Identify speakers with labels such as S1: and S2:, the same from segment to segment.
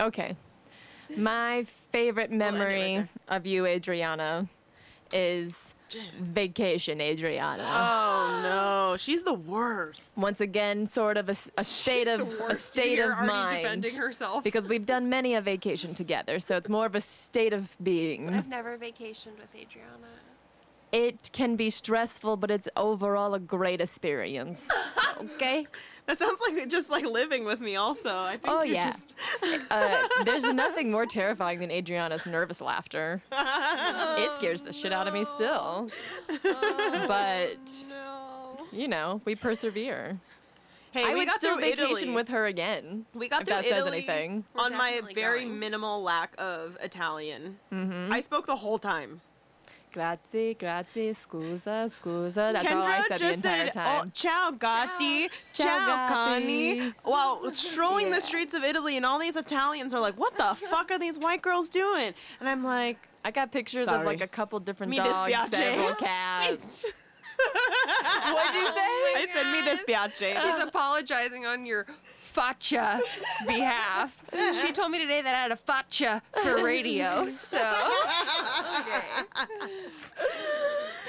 S1: Okay. My favorite
S2: end it right
S1: memory
S2: there.
S1: of you, Adriana, is vacation, Adriana.
S2: Oh no, she's the worst.
S1: Once again, sort of a, s- a state
S3: Oh. She's
S1: of
S3: the
S1: a
S3: worst.
S1: state
S3: You're
S1: of
S3: already
S1: mind.
S3: defending herself.
S1: Because we've done many a vacation together, so it's more of a state of being.
S4: I've never vacationed with Adriana.
S1: It can be stressful, but it's overall a great experience. Okay?
S2: That sounds like just like living with me. Also, I think
S1: Oh,
S2: you're
S1: yeah.
S2: just-
S1: Uh, there's nothing more terrifying than Adriana's nervous laughter. it scares the shit out
S2: Oh,
S1: of me still. but,
S4: No.
S1: you know, we persevere.
S2: hey,
S1: I
S2: we
S1: would
S2: got
S1: still
S2: through
S1: vacation
S2: Italy.
S1: with her again.
S2: We got
S1: if
S2: through
S1: that
S2: Italy
S1: says anything.
S4: We're
S2: on my
S4: definitely
S2: very
S4: going.
S2: minimal lack of Italian.
S1: Mm-hmm.
S2: I spoke the whole time.
S1: Grazie, grazie, scusa, scusa. That's
S2: Kendra
S1: all I said the
S2: just
S1: entire
S2: said, "Oh,
S1: time.
S2: ciao Gatti, ciao,
S1: Ciao,
S2: Connie."
S1: Gatti.
S2: While strolling
S1: Yeah.
S2: the streets of Italy, and all these Italians are like, "What the fuck are these white girls doing?" And I'm like,
S1: I got pictures
S2: Sorry.
S1: of like a couple different
S2: Mi
S1: dogs,
S2: dispiace.
S1: several cats. What'd you say?
S2: "I said me dispiace."
S3: She's apologizing on your facha's behalf. She told me today that I had a facha for radio, so okay.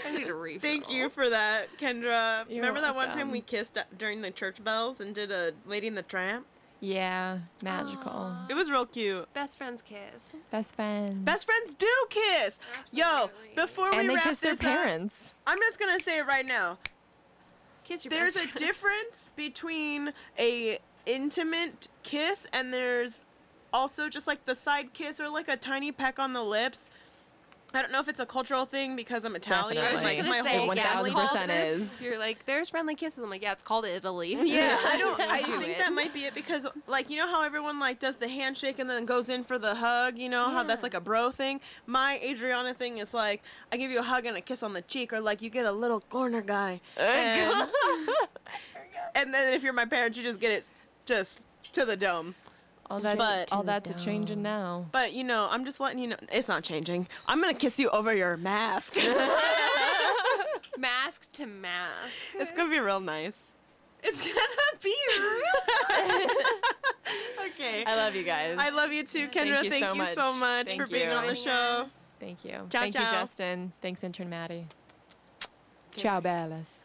S3: I need a refill.
S2: Thank you for that, Kendra.
S1: You're
S2: Remember that one time
S1: welcome.
S2: we kissed at- during the church bells and did a Lady in the Tramp?
S1: Yeah, magical.
S4: Aw.
S2: It was real cute.
S4: Best friend's kiss.
S1: Best friend.
S2: Best friends do kiss.
S4: Absolutely.
S2: Yo, before we
S1: and they
S2: wrap
S1: kiss their
S2: this up,
S1: parents.
S2: I'm just gonna say it right now.
S4: Kiss your
S2: there's
S4: best
S2: a
S4: friend.
S2: difference between a intimate kiss and there's also just like the side kiss or like a tiny peck on the lips. I don't know if it's a cultural thing because I'm Italian.
S1: Definitely. I was just gonna
S2: like, my
S1: say,
S2: whole
S1: yeah,
S2: family
S1: it's called
S2: calls
S1: percent
S2: this.
S1: is.
S3: You're like, there's friendly kisses. I'm like, yeah, it's called Italy.
S2: Yeah, I don't.
S3: Just
S2: I
S3: do
S2: think
S3: it.
S2: that might be it because, like, you know how everyone like does the handshake and then goes in for the hug. You know how that's like a bro thing. My Adriana thing is like I give you a hug and a kiss on the cheek, or like you get a little corner guy. And, and then if you're my parent, you just get it just to the dome.
S1: All that's,
S2: But-
S1: all that's a changing now.
S2: But you know, I'm just letting you know it's not changing. I'm gonna kiss you over your mask. it's
S4: mask to mask.
S2: gonna be real nice.
S4: It's gonna be real.
S2: Okay.
S1: I love you guys.
S2: I love you too, Kendra. Thank you so much,
S1: Thank
S2: for being
S1: you.
S2: on the show.
S1: Thank you.
S2: Ciao,
S1: Thank
S2: ciao.
S1: you, Justin. Thanks, intern Maddie. Ciao, Bellas.